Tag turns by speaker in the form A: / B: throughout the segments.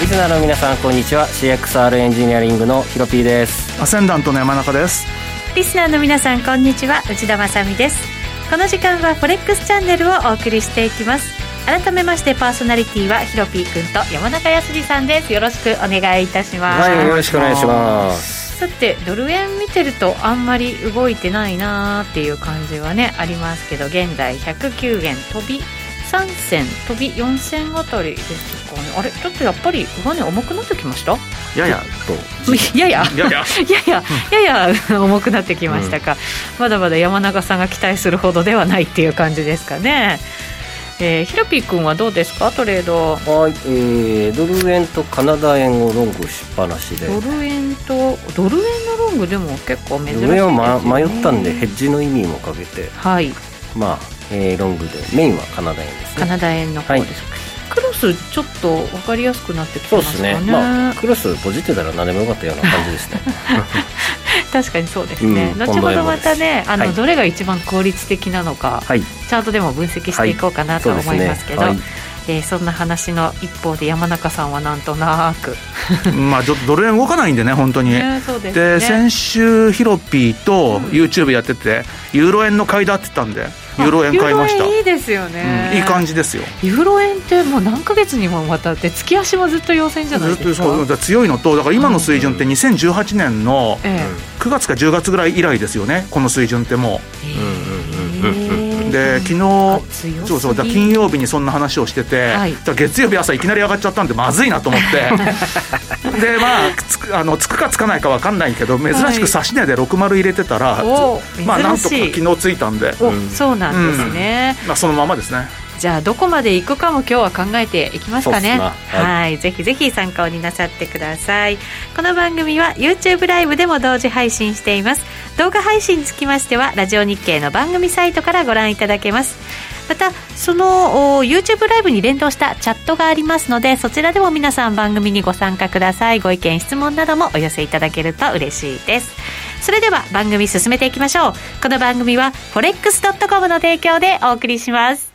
A: リスナーの皆さんこんにちは CXR エンジニアリングのヒロピーです
B: アセンダントの山中です。
C: リスナーの皆さんこんにちは内田まさみですこの時間はフォレックスチャンネルをお送りしていきます改めましてパーソナリティはひろぴーくんと山中康さんですよろしくお願いいたします、
A: はいよろしくお願いします
C: さてドル円見てるとあんまり動いてないなーっていう感じはねありますけど現在109円飛び3銭飛び4銭あたりですかねあれちょっとやっぱり上値重くなってきました
A: ややと
C: い やいや
B: いやいや、
C: いやいや、やや 重くなってきましたか、まだまだ山中さんが期待するほどではないっていう感じですかね。えー、ひろぴーくんはどうですか、トレード。
A: はい、えー、ドル円とカナダ円をロングしっぱなしで
C: ドル円と、ドル円のロングでも結構珍しいです
A: ド
C: よ
A: ル円
C: ね。
A: を、ま、迷ったんでヘッジの意味もかけて
C: はい、
A: まあ、えー、ロングでメインはカナダ円です
C: カ
A: ね
C: ナダ円の方です。クロス、ちょっと分かりやすくなってきて
A: そう
C: ま
A: ですす
C: か
A: ね
C: ね。
A: まあクロスポジってたら何でもよかったような感じですね
C: 確かにそうですね。
A: うん
C: 後ほどまたね、
A: こ
C: あ
A: んばんはは
C: の、
A: い
C: どれが一番効率的なのか、
A: はい
C: チャートでも分析していこうかなと
A: そう
C: 思
A: です
C: い
A: ね
C: ますけど。
A: はい
C: えーそんな話の一方で山中さんはなんとなく、
B: まあちょっとドル円動かないんでね本当に。
C: ね、そうですね
B: で先週ヒロピーと
C: うん
B: YouTube やっててユーロ円の買いだって言ったんでユーロ円買いました。
C: ユー
B: うん
C: ロ円いいですよね、
B: いい感じですよ。
C: じユーロ円ってもう何ヶ月にもわたって月足もずっと陽線じゃない
B: ずっ
C: で
B: と
C: す
B: そうだ
C: か
B: から強いのとだから今の水準って2018年の
C: ええ
B: 9月か10月ぐらい以来ですよねこの水準っても
A: うんうん
B: う。
C: ええ
B: で昨
C: あ
B: 日
C: 強すぎ
B: そうそうだから金曜日にそんな話をしてて、
C: はい
B: だから月曜日朝いきなり上がっちゃったんでまずいなと思 ってでまあつくあのつくかつかないか分かんないけど珍しく指値で60入れてたら、
C: お
B: まあなんとか
C: 珍しい
B: 昨日ついたんで、
C: お
A: うん
C: そうなんですね、
B: まあ、そのままですね
C: じゃあどこまで行くかも今日は考えていきますかね
A: そうっ
C: は
A: す
C: い
A: なは
C: ぜひぜひ参考になさってくださいこの番組は YouTube ライブでも同時配信しています動画配信につきましてはラジオ日経の番組サイトからご覧いただけますまたそのお YouTube ライブに連動したチャットがありますのでそちらでも皆さん番組にご参加くださいご意見質問などもお寄せいただけると嬉しいですそれでは番組進めていきましょうこの番組は forex.com の提供でお送りします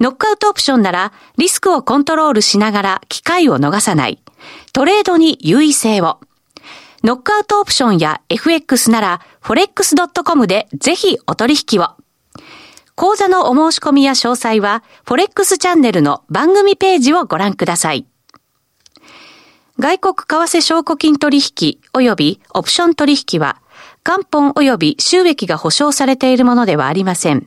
D: ノックアウトオプションならリスクをコントロールしながら機会を逃さない。トレードに優位性を。ノックアウトオプションや FX なら forex.com でぜひお取引を。講座のお申し込みや詳細は forex チャンネルの番組ページをご覧ください。外国為替証拠金取引及びオプション取引は元本及び収益が保証されているものではありません。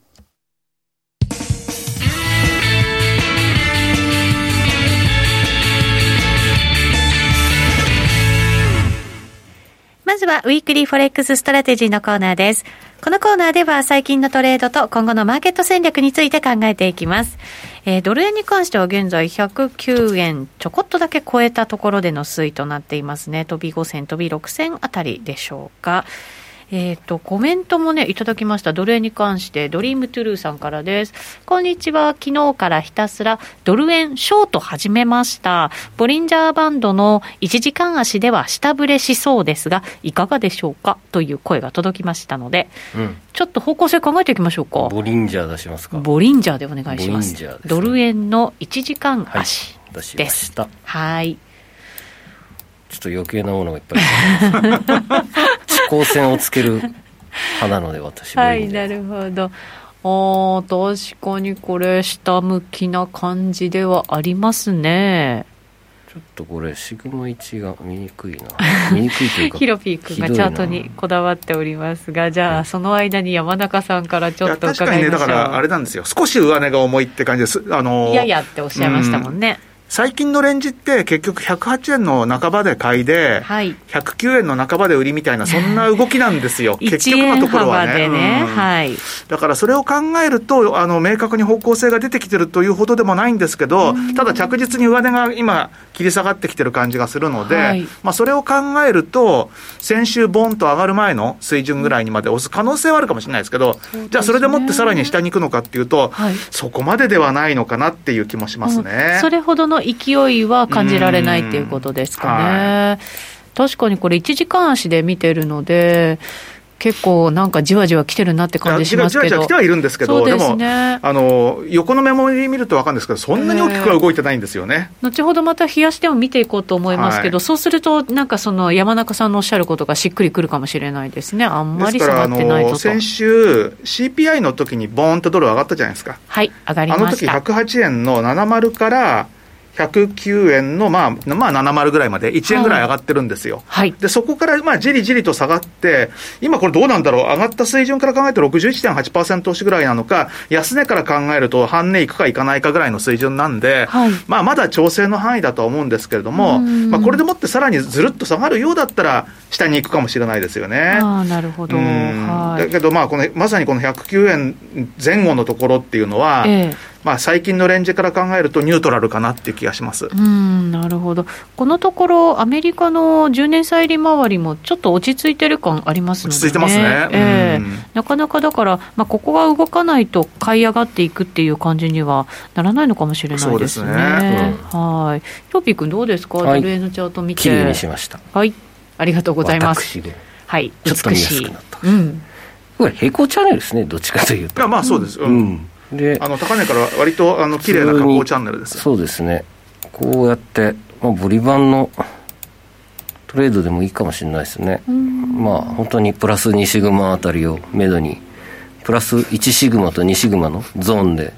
C: まずはウィークリーフォレックスストラテジーのコーナーです。このコーナーでは最近のトレードと今後のマーケット戦略について考えていきます。えードル円に関しては現在109円ちょこっとだけ超えたところでの推移となっていますね。飛び5銭、飛び6銭あたりでしょうか。えっ、と、コメントもね、いただきました。ドル円に関して、ドリームトゥルーさんからです。こんにちは。昨日からひたすらドル円ショート始めました。ボリンジャーバンドの1時間足では下振れしそうですが、いかがでしょうかという声が届きましたので、
A: うん
C: ちょっと方向性考えていきましょうか。
A: ボリンジャー出しますか
C: ボリンジャーでお願いしま
A: ボリン
C: す。
A: ジャーですね
C: ドル円の1時間足。
A: 出しました
C: はい。
A: ちょっと余計なものが いっぱい飛行線をつける派なので私も
C: はい、なるほど。あー確かにこれ、下向きな感じではありますね。
A: ちょっとこれシグマ1が見にくいな見にくいというか
C: ヒロピー君がチャートにこだわっておりますが、じゃあ、その間に山中さんからち
B: い
C: ょ
B: や
C: っと
B: 確か
C: 伺
B: に
C: い
B: ね、だ
C: ましょう。
B: からあれなんですよ、少し上値が重いって感じです、あのー
C: いやいやっておっしゃいましたもんね。
B: 最近のレンジって、結局108円の半ばで買いで、
C: はい。
B: 109円の半ばで売りみたいな、そんな動きなんですよ、結
C: 1
B: 局の
C: 円
B: ところは
C: 幅
B: ね。
C: でね、
B: うん
C: はい。
B: だからそれを考えると、あの明確に方向性が出てきてるというほどでもないんですけど、ただ着実に上値が今、切り下がってきてる感じがするので、
C: はい
B: まあ、それを考えると、先週、ボンと上がる前の水準ぐらいにまで押す可能性はあるかもしれないですけど、じゃあ、それでもってさらに下に行くのかっていうと、
C: はい
B: そこまでではないのかなっていう気もしますね。
C: それほどの勢いは感じられないっていうことですかね。確かにこれ1時間足で見てるので、結構なんかじわじわ来てるなって感じし
B: じわ
C: ま
B: じ
C: す
B: わ
C: け
B: じ
C: ど。
B: わ来てはいるんですけど、
C: そうで
B: も
C: すね
B: あの、横のメモリ見ると分かるんですけど、そんなに大きくは動いてないんですよね。
C: 後ほどまた冷やしても見ていこうと思いますけど、
B: はい
C: そうするとなんかその山中さんのおっしゃることがしっくりくるかもしれないですね。あんまり下がってな
B: あ
C: いと
B: の
C: と。
B: 先週、CPI の時にボーンとドル上がったじゃないですか、
C: はい、上がり
B: あの
C: まし
B: 時
C: た。
B: 108円の70から109円の、まあ、まあ、70ぐらいまで、1円ぐらい上がってるんですよ。
C: はい。
B: でそこからまあじりじりと下がって、今これどうなんだろう、上がった水準から考えて61.8%押しぐらいなのか、安値から考えると半値いくかいかないかぐらいの水準なんで、
C: はい
B: まあまだ調整の範囲だとは思うんですけれども、
C: うん
B: まあこれでもってさらにずるっと下がるようだったら、下に行くかもしれないですよね。
C: ああ、なるほど。
B: うん
C: は
B: だけど、まあこの、まさにこの109円前後のところっていうのは、
C: い。ええ。
B: まあ、最近のレンジから考えるとニュートラルかなっていう気がします。
C: うんなるほど、このところ、アメリカの10年債利回りもちょっと落ち着いてる感ありますので、ね、
B: 落ち着いてますね
C: ええ
B: うん
C: なかなかだから、まあ、ここが動かないと買い上がっていくっていう感じにはならないのかもしれないですね。
B: そうです
A: ね
C: はいヒョピー君、どうですか、
A: は
C: ド
A: い
C: ル円のチャート見
A: 綺麗に
C: て、
A: しました
C: はい、ありがとうございます。
A: 私で
C: はい、
A: ちょっと
C: 美
A: 見や
C: し
A: す
C: い
A: くなった
C: うん
A: これ平行チャンネルですねどっちかという
B: いや
A: と
B: まあそうです、
A: う
B: うん
A: んで
B: あの高値から割とあの綺麗な加工チャンネルです。
A: そうですねこうやって、まあ、ボリバンのトレードでもいいかもしれないですねまあ本当にプラス2シグマあたりをめどにプラス1シグマと2シグマのゾーンで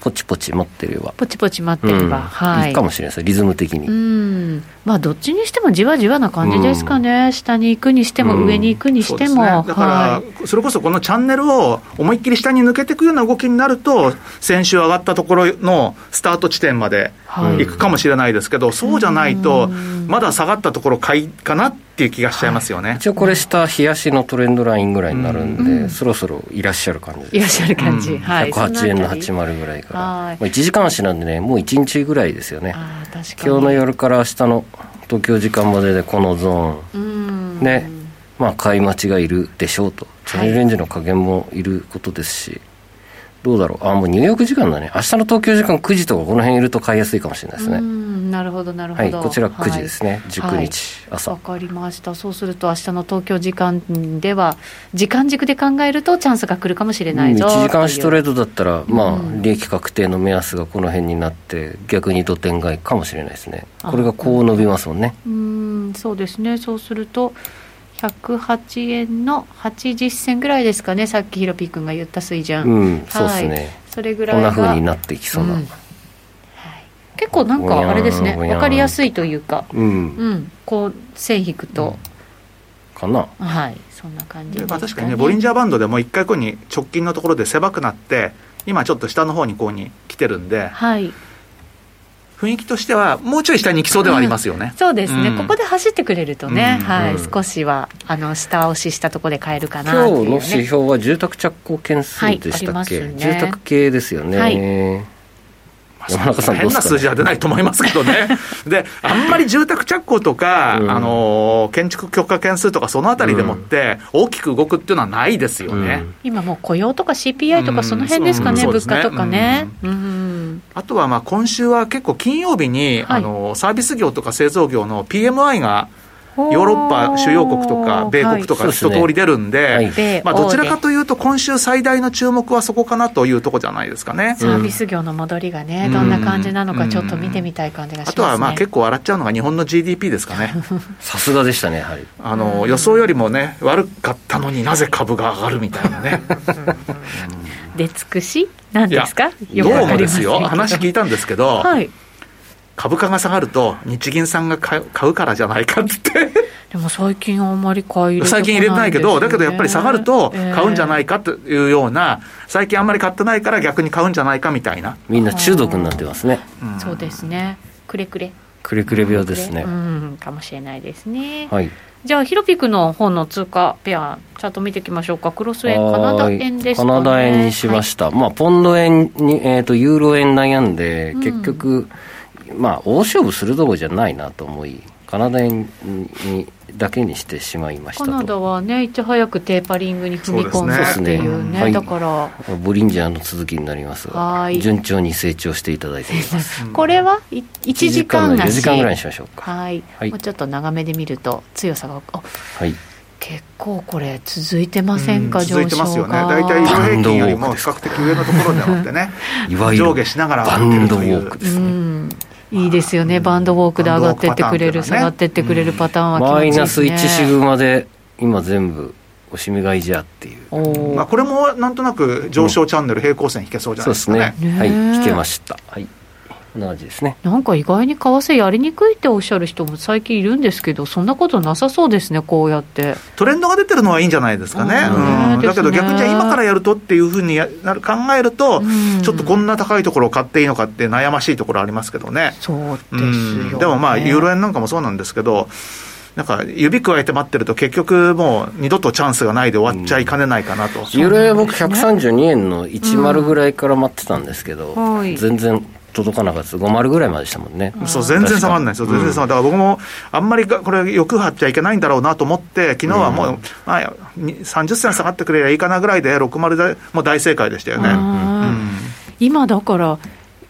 A: ポチポチ待ってれば、
C: ポチポチ待っ
A: う
C: てれ
A: ん
C: ば、はい
A: いかもしれないですリズム的に、
C: うんまあ、どっちにしてもじわじわな感じですかね、下に行くにしても、
A: うん
C: 上に行くにし
B: そうで
C: て
B: す
C: も、
B: ね、だから、それこそこのチャンネルを思いっきり下に抜けていくような動きになると、先週上がったところのスタート地点まで
C: はい
B: 行くかもしれないですけど、そうじゃないと、まだ下がったところ買いかなっていう気がしちゃいますよね。
A: 一応これ下冷やしのトレンドラインぐらいになるんで、そろそろいらっしゃる感じ
C: い、い
A: で
C: らっ
A: す
C: しゃる感じ、はい、
A: 108円の
C: そあたり
A: 80ぐらいから、
C: はい
A: まあ、1時間足なんでねもう1日ぐらいですよね
C: あー確かに
A: 今日の夜から明日の東京時間まででこのゾ
C: う
A: ー
C: ん
A: ンで、まあ買い待ちがいるでしょうとチャンネルレンジの加減もいることですし、どうだろうあもうニューヨーク時間だね明日の東京時間9時とかこの辺いると買いやすいかもしれないです
C: う
A: ね
C: んなるほどなるほ
A: はい
C: ど、
A: こちら9時ですね、
C: はい
A: 19日朝、
C: わかりましたそうすると明日の東京時間では時間軸で考えるとチャンスが来るかもしれないぞ
A: 1時間足トレー
C: ド
A: ドだったら、まあ
C: う、ん
A: 利益確定の目安がこの辺になって、逆に土点買いかもしれないですね、
C: あ
A: これがこう伸びますもんね、
C: うんそうですねそうすると108円の80銭ぐらいですかねさっきひろぴーくんが言った水準、
A: うん、そうです
C: は
A: ね、
C: それぐら
A: こ
C: い
A: んな
C: が
A: 風になっていきそうな、
C: うん結構なんかあれですね
A: ぼやーんぼやーん
C: わかりやすいというか
A: うん、
C: うんこう線引くと、
A: かな、
C: はいそんな感
B: で
C: じです
B: まあ、確かにね、ボリンジャーバンドでも一回ここに直近のところで狭くなって、今ちょっと下の方にこうに来てるんで、
C: はい
B: 雰囲気としては、もうちょい下に行きそうではありますよね。
C: そうですね、
B: うん
C: ここで走ってくれるとね、
B: うん
C: はい、
A: うん
C: 少しはあの下押ししたところで買えるかなって
A: 今
C: い
A: 日
C: う、
A: の
C: ね、
A: 指標は住宅着工件数でしたっけ、
C: はいありますね
A: 住宅系ですよね、
C: はい
A: 山中さん、どう
B: 変
A: で
B: な
A: すか
B: 数字は出ないと思いますけど ね、であんまり住宅着工とか、
A: うん
B: あのー建築許可件数とか、そのあたりでもって、大きく動くっていうのはないですよね。
A: うん
C: 今もう雇用とか CPI と
B: う
C: か
B: ん
C: その辺ですかね、
B: そうで
C: 物
B: すね
C: 価とかね、うん
B: あとはまあ今週は結構金曜日に、
C: はい
B: あのーサービス業とか製造業の PMI が
C: おー
B: ヨーロッパ主要国とか米国と
A: は
B: か
A: い
B: 一通り出るんで、
A: そうです
C: ねはい
B: まあ、どちらかというと今週最大の注目はそこかなというとこじゃないですかね。
C: サービス業の戻りがね、
B: うん
C: どんな感じなのかちょっと見てみたい感じがしますね。
B: あとはまあ結構笑っちゃうのが日本の GDP ですか ね。
A: さすがでしたねやはり
B: あの予想よりもね悪かったのになぜ株が上がるみたいなね。
C: 出尽くしなん ですか
B: どう
C: くわか
B: もで
C: りません
B: す
C: け
B: よ話聞いたんですけど、
C: はい。
B: 株価が下がると日銀さんが買う買うからじゃないかって言っ
C: でも最近あんまり買い入れ
B: て
C: てこない
B: 最近入れてないけどだけどやっぱり下がると買うんじゃないいかというような最近あんまり買ってないから逆に買うんじゃないかみたいな。
A: みんな中毒になってますね
B: うん
C: そうですね。くれくれ。
A: くれくれ病ですね
C: うん、かもしれないですね。
A: はい
C: じゃあ、ヒロピ君の方の通貨ペア、ちゃんと見ていきましょうか。クロス円、カナダ
A: はい
C: 円です
A: カ
C: かね。
A: ナダ円にしました、まあポンド円に、えー、とユーロ円悩んで
C: うん
A: 結局、まあ大勝負するどころじゃないなと思いカナダ円にだけにしてしまいまし
C: カ
A: た
C: ナ
A: と
C: ダはね、いち早くテーパリングに踏み込んだって
B: そう
A: ですね
C: いうね、
A: はい
C: だから、
A: ボリンジャーの続きになります
C: は
A: が
C: い
A: 順調に成長していただいています
C: これはい1時間
A: の
C: な
A: 4
C: し。
A: 時間ぐらいにしましょうか
C: はい、
A: はい
C: もうちょっと長めで見ると強さがあ
A: はい
C: 結構これ続いてませんか、
B: う
C: 上
B: 続い
C: 昇
B: てますよね。
C: が
B: 大体移動平均よりも比較的上のところになってね、
A: いわゆ
B: 上
A: る
B: 下しながら
A: バ
B: 上がって
A: ン
B: る
A: ドウ
B: とい
A: ォー
B: う
A: ク。で
C: う
A: すね
C: んいいですよねバンドウォークで上がってってくれる、
B: バンドウォークパターンっていうのはね
C: 下がってってくれるパターンは気持
A: マ
C: ちい
A: イ
C: いで
A: ナ
C: す
A: ス
C: ね
A: 1シグマで今全部おしみがいじゃっていう
C: おー
B: まあ、これもなんとなく上昇チャンネル平行線引けそうじゃない
A: そうで
B: です
A: す
B: かね。
A: ね
C: ね
A: はい
C: ね
A: 引けましたはいこんな感じですね
C: なんか意外に為替やりにくいっておっしゃる人も最近いるんですけどそんなことなさそうですねこうやって
B: トレンドが出てるのはいいんじゃないですかね。
C: うん
B: うんだけど逆にじゃあ今からやるとっていうふうにやなる考えると、
C: うん
B: ちょっとこんな高いところを買っていいのかって悩ましいところありますけどね。
C: そう
B: う
C: ですよ、ね
B: んでもまあ、ユーロ円なんかもそうなんですけど、なんか指くわえて待ってると結局もう二度とチャンスがないで終わっちゃいかねないかなと。
A: ユーロは僕132円の10ぐらいから待ってたんですけど、
C: うんはい
A: 全然届かなかったです50ぐらいまでしたもんね、
B: そう全然下がらないですよ、全然下がらない、だから僕もあんまりがこれ、欲張っちゃいけないんだろうなと思って、昨日はもう、まあ、に30銭下がってくれりゃいいかなぐらいで、60でもう大正解でしたよね。
C: あー
B: うん
C: 今だから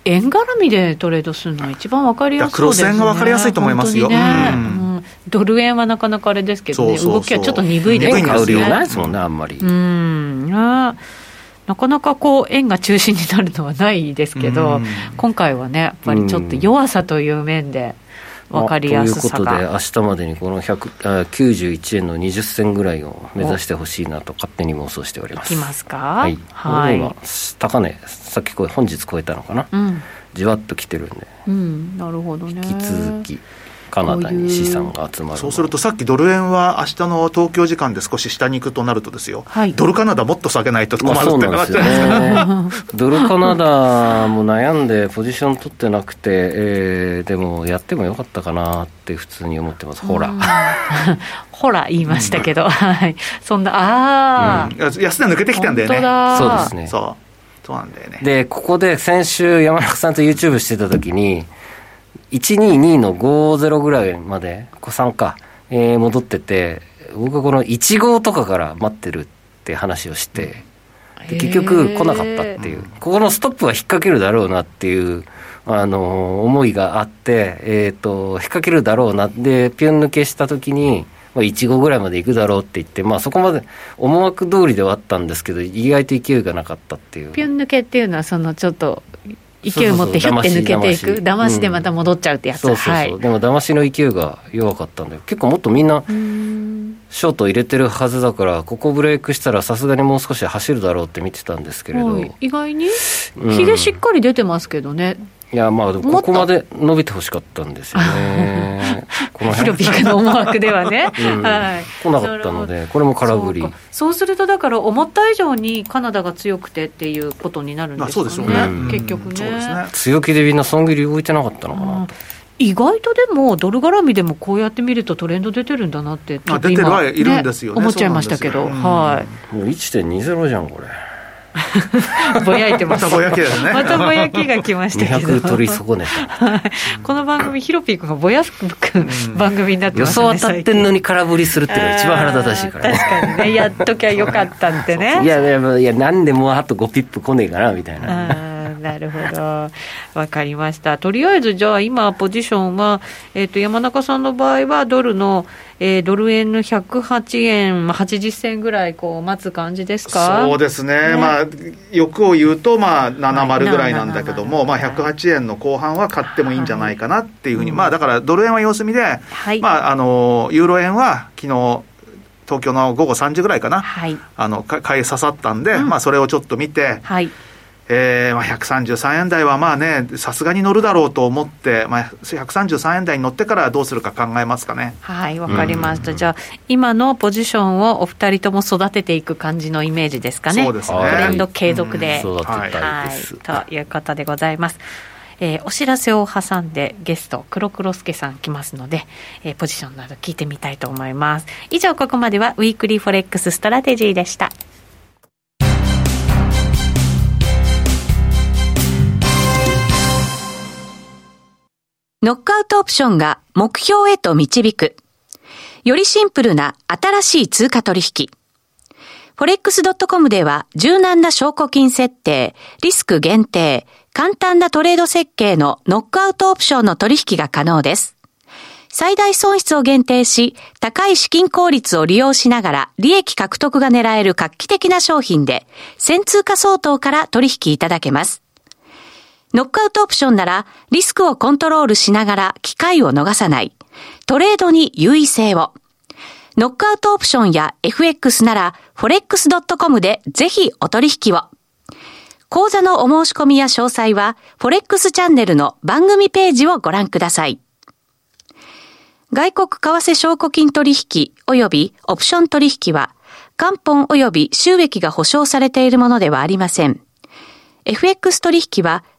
C: 円絡みでトレードするのは一番わかりやすいですね。
B: だから黒線がわかりやすいと思いますよ
C: 本当にね
B: う
C: うんドル円はなかなかあれですけどね、
B: そうそうそう
C: 動きはちょっと鈍いです
B: 鈍
A: 円買
B: いんで
A: う
B: すよ
A: 量
B: ね
A: ないですもんねあんまり、
C: うん、ねなかなかこう円が中心になるのはないですけど、
B: うん
C: 今回はねやっぱりちょっと弱さという面でわかりやすさ
A: まあという
C: が。
A: ことで明日までにこの100あ91円の20銭ぐらいを目指してほしいなと勝手に妄想しておりま
C: い
A: す
C: きますか。
A: はい、
C: は
A: 今
C: い。
A: 高値さっきこれ本日超えたのかな、
C: うん、
A: じわっと来てるんで
C: うん、なるほどね。
A: 引き続きカナダに資産が集まるので
B: そうするとさっきドル円は明日の東京時間で少し下に行くとなるとですよ、
C: はい
B: ドルカナダもっと下げないと困
A: まあ
B: る
A: そ
B: っ
A: う
B: て
A: なん
B: な
A: で
B: っ
A: す
B: ちゃ
A: よ
B: いま
A: ね。
B: すから
A: ドルカナダも悩んでポジション取ってなくて、えーでもやってもよかったかなって普通に思ってます。ほら。
C: ほら言いましたけど、はい。そんな、ああ、
B: うん安値抜けてきたんだよ
C: 本当
B: ね。
C: だ
A: そうですね。
B: そうそうなんだよね。
A: で、ここで先週山中さんと YouTube してた時に、122の50ぐらいまで、こ3か、えー戻ってて、僕はこの15とかから待ってるって話をして、で結局来なかったっていう、ここのストップは引っ掛けるだろうなっていう、あのー思いがあって、えっと引っ掛けるだろうなでピュン抜けした時に、まあ、1号ぐらいまで行くだろうって言って、まあ、そこまで思惑通りではあったんですけど意外と勢いがなかったっていう
C: ピュン抜けっていうのはそのちょっと勢いを持ってひ
A: そ
C: ょ
A: うそ
C: って
A: うそう
C: 抜けてい
A: 騙し
C: く騙してまた戻っちゃうってやつ、
A: そうそうそう、
C: はい
A: でも騙しの勢いが弱かったんで結構もっとみんなショート入れてるはずだからここブレイクしたらさすがにもう少し走るだろうって見てたんですけれど、
C: はい
A: い、
C: 意外に
A: うん
C: ひげしっかり出てますけどね、
A: やまあでも
C: もっ
A: ことこまで伸びてほしかったんですよね この
C: ヒ
A: 辺
C: ロピーの思惑ではね、
A: うん
C: はい、
A: 来なかったの
C: なる
A: で、これも
C: ほど
A: 空振り
C: そう。かそうするとだから思った以上にカナダが強くてっていうことになるん
B: まあ
C: です
B: そう
C: かね
B: でしょうね。
A: うん
C: 結局ね,、
B: うんそうですね。
A: 強気でみんな損切り動いてなかったのかなと。
C: 意外とでもドル絡みでもこうやって見るとトレンド出てるんだなってちょっと
B: あ出て
C: 今
B: るはいるんですよね
C: 思っちゃいましたけど、
B: そうなんですようん
C: はい
A: もう1.20じゃん、これ。
C: ぼやいてま
B: ますたぼやきですね。
C: またぼやきが来ましたけど
A: 200取り損ね た。
C: この番組ヒロピー君がぼやすく番組になって
A: 予
C: ます
A: 想
C: よ
A: 当
C: ね
A: たってんのに空振りするっていうのが一番腹立たしいからね。
C: 確かにねやっときゃよかったってね
A: いや、いや、いやなんでもうあと5ピップ来ねえかな、みたいな。
C: あーなるほど。わかりました。とりあえず、じゃあ今、ポジションは、えっ、と、山中さんの場合は、ドルの、えー、ドル円の108円、まあ、80銭ぐらい、こう、待つ感じですか
B: そうですね。
C: ね
B: まあ、欲を言うと、まあ、70ぐらいなんだけども、まあ、108円の後半は買ってもいいんじゃないかなっていうふうに、
C: はい
B: まあ、だから、ドル円は様子見で、
C: はい。
B: まあ、あの、ユーロ円は昨日、東京の午後3時ぐらいかな。
C: はい。
B: あのか買い刺さったんで、
C: うん
B: まあ、それをちょっと見て、
C: はい。
B: えーまあ、133円台はまあね、さすがに乗るだろうと思って、まあ、133円台に乗ってからどうするか考えますかね。
C: はい、わかりました。じゃあ、今のポジションをお二人とも育てていく感じのイメージですかね。
B: そうですね
C: トレンド継続で。
A: うん育てたい
C: は
A: です
C: い、ということでございます。えーお知らせを挟んでゲスト黒黒助さん来ますので、えーポジションなど聞いてみたいと思います以上ここまではウィークリーフォレックスストラテジーでした
D: ノックアウトオプションが目標へと導く。よりシンプルな新しい通貨取引。forex.com では柔軟な証拠金設定、リスク限定、簡単なトレード設計のノックアウトオプションの取引が可能です。最大損失を限定し、高い資金効率を利用しながら利益獲得が狙える画期的な商品で、1000通貨相当から取引いただけます。ノックアウトオプションならリスクをコントロールしながら機会を逃さない。トレードに優位性を。ノックアウトオプションや FX なら forex.com でぜひお取引を。講座のお申し込みや詳細は forex チャンネルの番組ページをご覧ください。外国為替証拠金取引及びオプション取引は元本及び収益が保証されているものではありません。FX 取引は、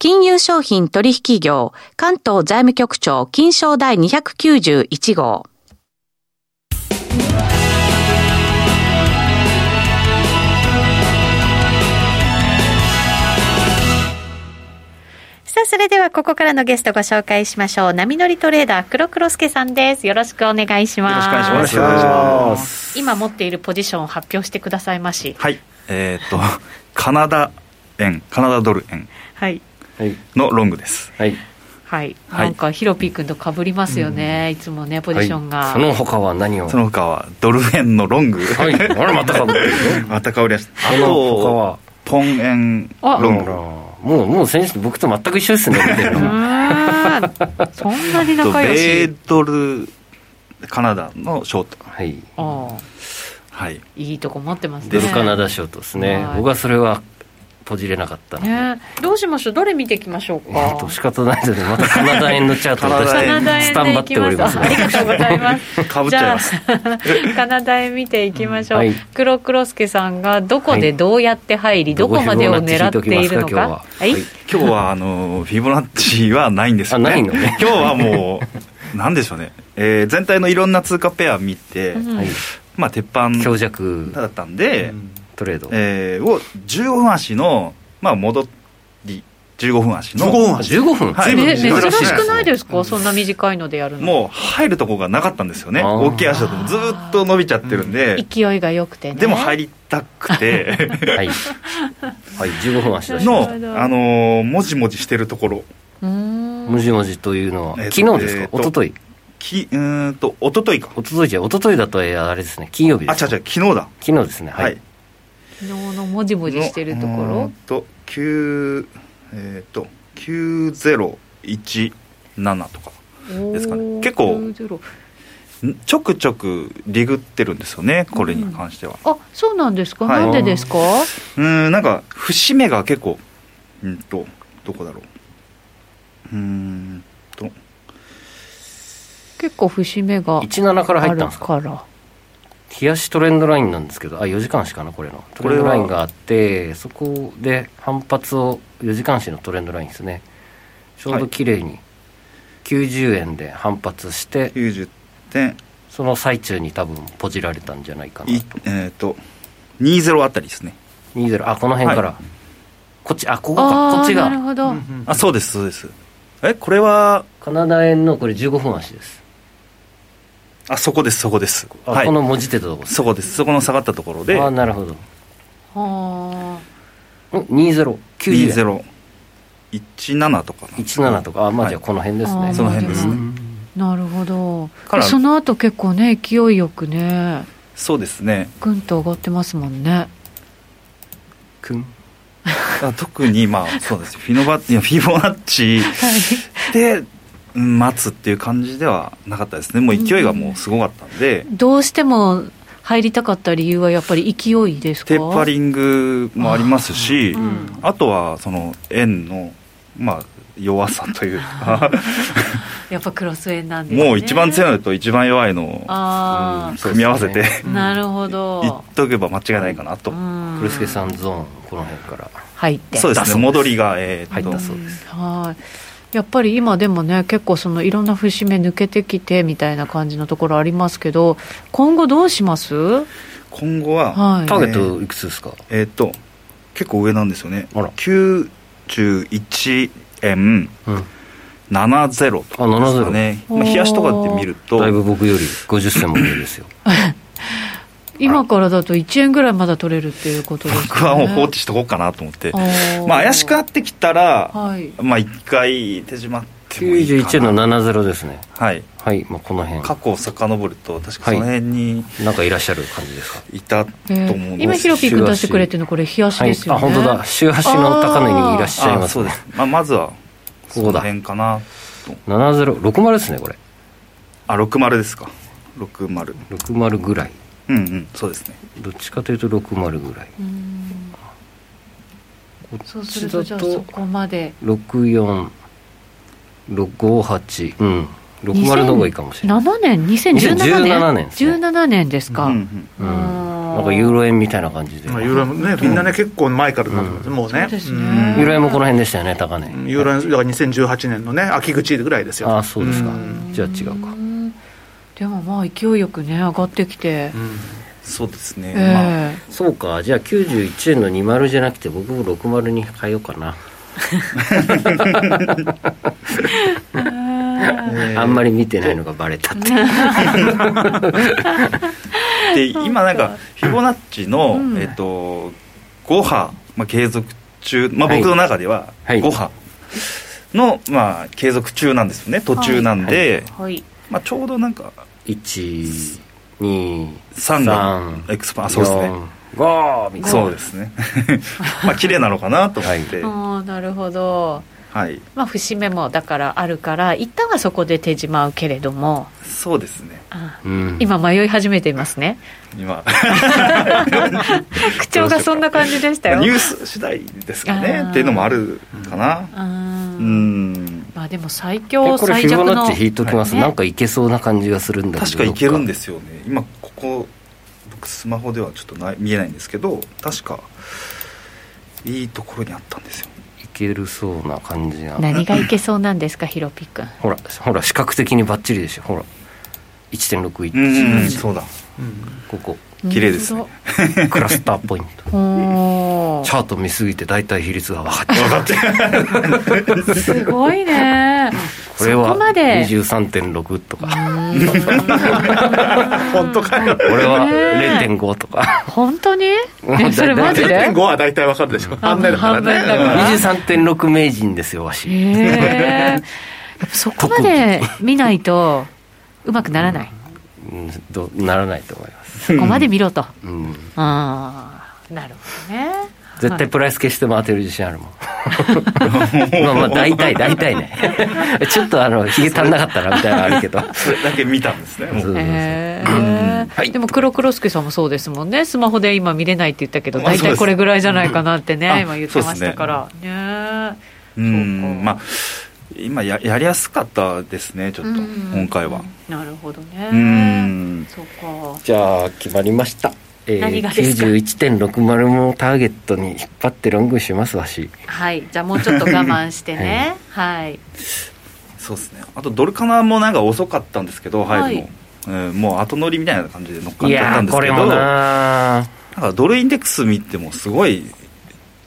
D: 金融商品取引業、関東財務局長、金賞第291号。
C: さあそれではここからのゲストご紹介しましょう波乗りトレーダー黒黒助さんですよろしくお願いします
E: よろしくお願いします
C: 今持っているポジションを発表してくださいまし
E: はい、えーっと、 カナダ円、カナダドル円
C: はい
A: はい
E: のロングです。
A: はい
C: はい、
E: はい
C: なんかヒロピー君とかぶりますよね、いつもねポジションが、
A: はい、その他は何を
E: その他はドル円のロング、
A: はいあらまたかぶってるよ
E: また香りました。
A: そ
E: あ
A: の他
E: と、
A: は
E: ポン円
C: あ
E: ロン
A: ほら
E: グ。
A: もうもう先週と僕と全く一緒ですね見てるの
C: うーんそんなに
E: あと
C: 仲良
E: 米
C: し
E: ドルカナダのショート。
A: はい
C: ああ
E: はい。
C: いいとこ持ってますね
A: ドルカナダショートですね、
C: はい
A: 僕はそれはポジれなかったので、
C: ねどうしましょうどれ見ていきましょう
A: え
C: か
A: っと仕方ないのでまたカナダ円のチャートを出し
E: カ
C: カナダ
A: て
C: 円
A: スタン
C: で
A: バ
C: い
A: っ
C: き
A: てお
C: ま
A: り
C: す。あ
A: ます
C: ありがとうござい ます。
E: かぶっちゃいます
C: じあ。 カナダ円見ていきましょう。
A: はい
C: 黒黒助さんがどこでどうやって入り、どこまでを狙っているのか。はい。
E: 今日は、あの、フィボナッチはないんですよね。
A: あないのね
E: 今日はもう、なんでしょうね。えー全体のいろんな通貨ペア見て、
C: うん
A: はい
E: まあ、鉄板
A: 強弱
E: だったんで、
A: トレード、
E: えーを15分足の、まあ、戻り15分足の
B: 15分足
A: 15分、
E: はい
C: え
E: 全部
C: 珍
E: 珍しいです
C: しくないですか、そんな短いのでやるの。
E: もう入るとこがなかったんですよね
A: あー
E: 大きい足だとずーっと伸びちゃってるんで、
C: 勢いが良くてね。
E: でも入りたくて
A: はい、はい、15分足出しま
E: の
A: し
E: あ
A: た
E: のーもじもじしてるところ
C: うーん。
A: もじもじというのは、
E: えっと
A: 昨日ですか、
E: えっと
A: 一昨日
E: きうーんと一昨日か
A: 一昨日じゃ一昨日だとえーあれですね金曜日
E: あ
A: です
E: 違う違う昨日だ
A: 昨日ですねはい、
C: 昨日のもじもじしてるとこ
E: のうー
C: ろ
E: ん。と9えっ、と9017とかですかね
C: おー
E: 結構
C: 90
E: んちょくちょくリグってるんですよねこれに関しては、
C: あ、そうなんですか。
E: はい
C: なんでですか。
E: うーんなんか節目が結構うんとどこだろううーんと
C: 結構節目が
A: 17から
C: あ
A: 入っ
C: る
A: たんですか
C: から。
A: 冷やしトレンドラインなんですけどあ4時間足かなこれのトレンドラインがあってそこで反発を4時間足のトレンドラインですねちょうど綺麗に90円で反発して、
E: 90点
A: その最中に多分ポジられたんじゃないか
E: い
A: なと
E: えっ、と20あたりですね
A: 20あこの辺から、
E: は
A: こっちあここ
C: あ
A: か
C: あ
A: こっち
C: なる
A: が
C: ほど、
E: あそうですそうですえこれは
A: カナダ円のこれ15分足です
E: あそこですそこです
A: あ、
E: はい
A: この文字手とこです
E: そこですそこの下がったところで
A: ああなるほど
C: は
A: ん2090円
E: 2017とかな
A: 17とかあまあじゃあ
E: はい
A: この辺ですね、
C: あー
E: その辺です
A: う
E: ね
A: ん
C: あなるほど
E: から
C: でその後結構ね勢いよくね
E: そうですね
C: ぐんと上がってますもんね
A: くん
E: あ特にまあそうですフィノバッチフィボナッチでうん待つっていう感じではなかったですねもう勢いがもうすごかったんで、
C: どうしても入りたかった理由はやっぱり勢いですか
E: テーパリングもありますし、
C: うん
E: あとはその円のまあ弱さというか
C: やっぱクロス円なんですね
E: もう一番強いのと一番弱いのを
C: ああ、
E: 組み合わせて、
A: うんそうで
C: なるほ
E: 言
C: ど
E: っとけば間違いないかなと、
C: うん
A: クルスケさんゾーンこの辺から
C: 入って
E: そうですね戻りが、えー
A: 入
E: っと
A: ったそうです、
C: はいやっぱり今でもね結構そのいろんな節目抜けてきてみたいな感じのところありますけど今後どうします
E: 今後は、
C: はい
A: ターゲットいくつですか、
E: えーっと結構上なんですよね
A: あら
E: 91円
A: うん
E: 70とかですかね、
C: あ70
E: まあ、冷やしとかって見ると
A: だいぶ僕より50銭も上ですよ
C: 今からだと1円ぐらいまだ取れるっていうことですね
E: 僕はもう放置しとこうかなと思って
C: あー
E: まあ怪しくなってきたら、
C: はい
E: まあ一回手締まってもいいかな
A: 91円の70ですね
E: はい
A: はい、まあ、この辺
E: 過去を遡ると確かその辺に
A: なんかいらっしゃる感じですか
E: いたと思うんです、
C: えー今ヒロピー君出してくれてるのこれ冷やし
A: はい
C: ですよね、
A: あ本当だ週足の高値にいらっしゃい
E: あ
A: ます
E: そうです、まあ、まずはそ
A: こ
E: の
A: こだ
E: 辺かなと
A: 7060ですねこれ
E: あ60ですか60
A: 60ぐらい
E: うんうんそうですね
A: どっちかというと60ぐらい
C: うんそうする
A: こ
C: と
A: っち
C: じゃ
A: だ
C: あ
A: と
C: そこまで
A: 64658うん60の方がいいかもしれない
C: 7年2017
A: 2017年
C: 年
A: ですね
C: 17年ですか、
E: うんうん
A: うんなんかユーロ円みたいな感じで
B: まあ、
A: ユ
B: ユーロもね、みんなね、結構前からなってます、もうね。
C: そうですね
B: うん
A: ーロ円もこの辺でしたよね高値
B: ユーロ円、だから2018年のね、秋口ぐらいですよ。
A: ああそうですか
B: ん
A: じゃあ違うか
C: んでもまあ勢いよくね上がってきて、
B: うん
E: そうです
C: え
E: ね、まあ
C: え
A: そうかじゃあ91円の20じゃなくて僕も60に変えようかなあんまり見てないのがバレ たって
E: で今なんかフィボナッチの、
C: うん
E: えっと5波、まあ、継続中、まあ、
A: はい
E: 僕の中では
A: はい
E: 5波の、まあ、継続中なんですよね途中なんで、
C: はい
E: まあ、ちょうどなんか
A: 1 2
E: 3が
A: 三
E: エクスパンそうですね
A: 5みたいな
E: そうですねまあ綺麗なのかなと思っては
C: ああなるほど
E: い、
C: まあ節目もだからあるから一旦はそこで手締まうけれども
E: そうですね
C: あー
A: うん
C: 今迷い始めていますね
E: 今
C: 口調がそんな感じでしたよ
E: ニュース次第ですか
C: あ
E: ね
C: ー
E: っていうのもあるかな
C: あー
E: うん
C: まあでも最
A: え
C: 強
A: これ
C: 最
A: フィ
C: 弱
A: ボ
C: の
A: ナッチ引いときます、
C: はい
A: なんかいけそうな感じがするんだけど
E: 確かいけるん
A: で
E: ですよね今ここ僕スマホではちょっとない見えないんですけど確かいいところにあったんですよ
A: いけるそうな感じが
C: 何がいけそうなんですかヒロピ君
A: ほらほら視覚的にバッチリでしょほら
E: うん
A: 1.61
E: そうだ
A: ここ
E: 綺麗ですね
C: 本
A: クラスターポイン
C: 当だお
A: ト
C: ー
A: チャート見すぎて大体比率が分かっちゃう
E: 分かって
C: すごいね
A: これ
C: そ
A: は
C: こまで
A: 23.6とか
B: 本当かよ。
A: これは0.5と か
C: 本当にえそれマジで
B: 0.5は大体わかるでしょ。半分だから
C: 半分
B: ね。
C: だから
A: 23.6名人ですよわし
C: へえそこまで見ないとうまくならない、
A: うんどうならないと思います、
C: そこまで見ろと、あ
A: うん、
C: あーなるほどね
A: 絶対プライス消しても当てる自信あるもん まあまあ大体大体ねちょっとあのひげ足んなかったなみたいなのあるけど
E: それだけ見たんですねも
A: そうう
C: へ
A: うんは
C: え
A: い
C: でも黒黒助さんもそうですもんねスマホで今見れないって言ったけど
E: まあ
C: 大
E: そうで
C: 体
E: す
C: これぐらいじゃないかなってね、
E: うんあ
C: 今言ってましたからね
E: うんまあ今ややりやすかったですねちょっと、
C: うん
E: 今回は
C: なるほどね
E: うん
C: そうか
A: じゃあ決まりました、え
C: 何
A: ー、
C: がですか
A: 91.60もターゲットに引っ張ってロングしますわし
C: はいじゃあもうちょっと我慢してねはい
E: そうですねあとドルカナもなんか遅かったんですけど
C: はい
E: ハイブも、えーもう後乗りみたいな感じで乗っかっ
A: い
E: ちゃっ
A: や
E: た
A: ー
E: んです
A: こ
E: け
A: れ
E: ど
A: も
E: なん
A: なー
E: かドルインデックス見てもすごい、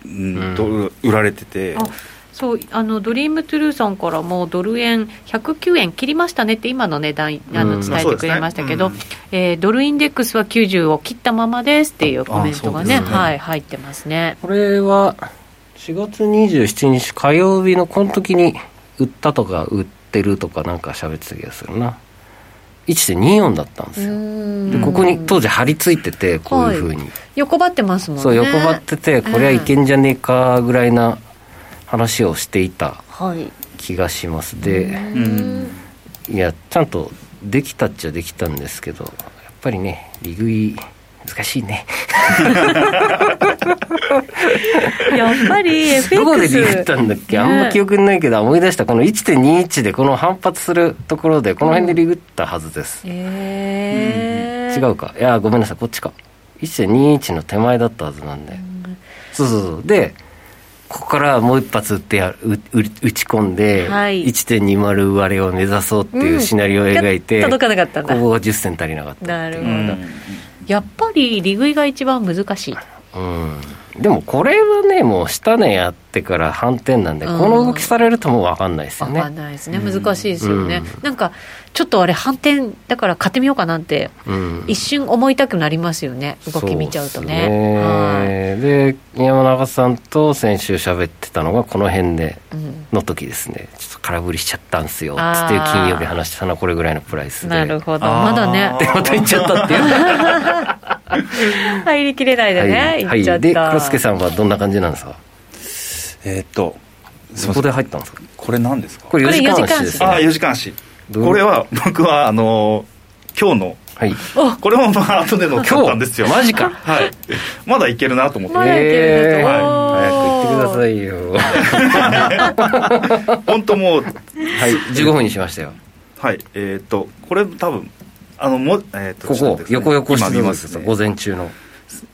E: うん
A: うん
E: ドル売られてて
C: あそうあのドリームトゥルーさんからもドル円109円切りましたねって今の値段あ
A: う
C: の
A: ん
C: 伝えてくれましたけど、
E: まあそうです
C: えードルインデックスは90を切ったままですっていうコメントがね
E: あそうですね
C: はい、入ってますね。
A: これは4月27日火曜日のこの時に売ったとか売ってるとかなんか喋ってた気がするな1.24だったんですよで
C: で
A: ここに当時張り付いててこういうふうに、
C: 横ばってますもんね。
A: そう横ばっててこれはいけんじゃねえかぐらいな話をしていた
C: はい。
A: 気がしますで
E: うん
A: いやちゃんとできたっちゃできたんですけどやっぱりね利食い難しいね
C: やっぱり FX
A: どこでリフったんだっけあんま記憶にないけど、思い出したこの1.21でこの反発するところでこの辺でリグったはずです、
C: えー
A: 違うかいやごめんなさいこっちか1.21の手前だったはずなんで、そうそうそうでここからもう一発打ってやるうう打ち込んで、
C: はい
A: 1.20割れを目指そうっていうシナリオを描いて、
C: が届かなかったん
A: こ
C: だ
A: こが10銭足りなかった
C: なるほ
E: う
C: ど、
E: ん
C: やっぱり利食いが一番難しい
A: うんでもこれはねもう下値やってから反転なんで、
C: うん
A: この動きされるともう分かんないですよ
C: わ
A: ね
C: かんないですね難しいですよね、
A: う
C: なんかちょっとあれ反転だから買ってみようかなんて
A: うん
C: 一瞬思いたくなりますよね動き見ちゃう
A: そ
C: とね
A: っす
C: は
A: ねで山中さんと先週喋ってたのがこの辺で
C: い、うん
A: の時ですねちょっと空振りしちゃったんすよつ
C: あー
A: って金曜日話したのはこれぐらいのプライスで
C: なるほど
E: あー
C: まだね
A: でまた行っちゃったっていう
C: 入りきれないでね、
A: はい、
C: 行っちゃ
A: は
C: っ
A: い、
C: た
A: で黒助さんはどんな感じなんですか
E: えーっと
A: そこで入ったんですか
E: これ何ですか
A: これ
C: こ
A: 4
C: れ
A: 時
C: 四
A: 間
C: 時間
A: 足です
C: 足
E: ああ
A: ね
E: 4時間足
A: どう
E: これは僕はあのー今日の
A: はい
E: これもまあ後で乗っかったんですよ
A: 今日マジか
E: はいまだいけるなと思って
C: まだいける
A: えー
C: んだ
E: はい
C: と、おー
A: 早く行ってくだ さいよ
E: 本当もう
A: はい15分にしましたよ
E: はいえーっとこれ多分あのもうえーっと
A: こ
E: ちょっ
A: こと
E: ですね
A: 横横
E: 今
A: して
E: 見
A: ま
E: ますす
A: けど
E: ね
A: 午前中の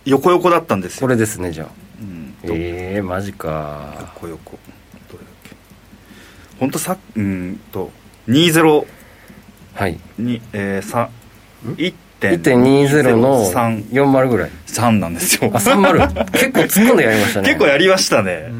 E: 横横だったんです
A: こ
E: よ
A: れですねじゃあ
E: うん
A: ええー、マジか
E: 横横どれだっけ本当さうーんと20
A: はい
E: にえーさ
A: 1.20の
E: 3
A: 40ぐらい
E: なんですよ
A: あ30結 構突っ込んでやりましたね
E: 結構やりましたね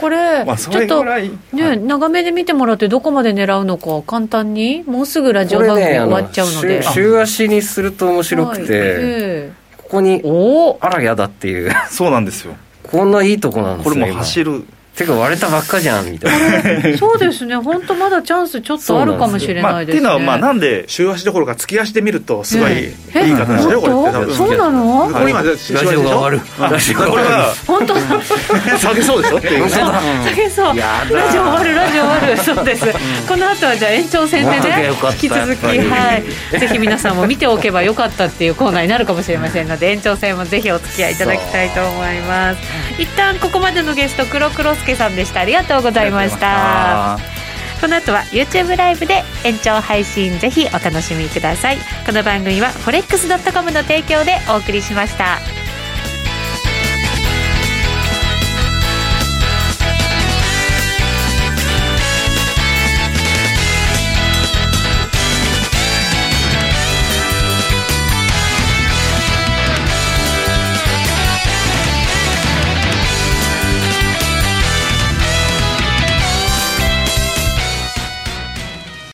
C: これ、
E: まあそ
C: ちょっ
E: れ
C: と
E: ぐ
C: ね、
E: らい
C: 長めで見てもらってどこまで狙うのか簡単にもうすぐラジオ
A: これ
C: 番組
A: ね
C: 終
A: あ
C: わ
A: の
C: っちゃうので
A: 週週足にすると面白くて、
C: はいえ
A: ここに
C: えお
A: あらやだっていう
E: そうなんですよ
A: こんないいとこなんですよ
E: これもう
A: 今
E: 走る
A: てか割れたばっかじゃんみたい な
C: おそうですね本当まだチャンスちょっとあるかもしれ
E: まあ
C: な
E: っ
C: い
E: て
C: で
E: い
C: す
E: う
C: ね、
E: のはまあなんで
B: 週足どころか月足で見るとすごいいい
C: ねえ
B: 言い方ですよこれって多
C: 本当
B: 分
C: そうなの
B: これ今週足で
A: ラジ
B: し
A: オが終わ
B: ょ
A: るラジオが
E: こ
A: 終 わ
E: れ
A: る
E: は
C: 本当だ
B: 下げそうでしょっていう
A: 本当だ
C: 下げそうラジオ終わるラジオ終わるそうです、この後はじゃあ延長戦で
A: 持っとけ
C: ね
A: よかった
C: 引き続き、
A: やっぱり
C: はい、ぜひ皆さんも見ておけばよかったっていうコーナーになるかもしれませんので延長戦もぜひお付き合いいただきたいと思います一旦ここまでのゲスト黒黒助さんでしたありがとうございましたこの後は YouTube ライブで延長配信ぜひお楽しみくださいこの番組は forex.com の提供でお送りしました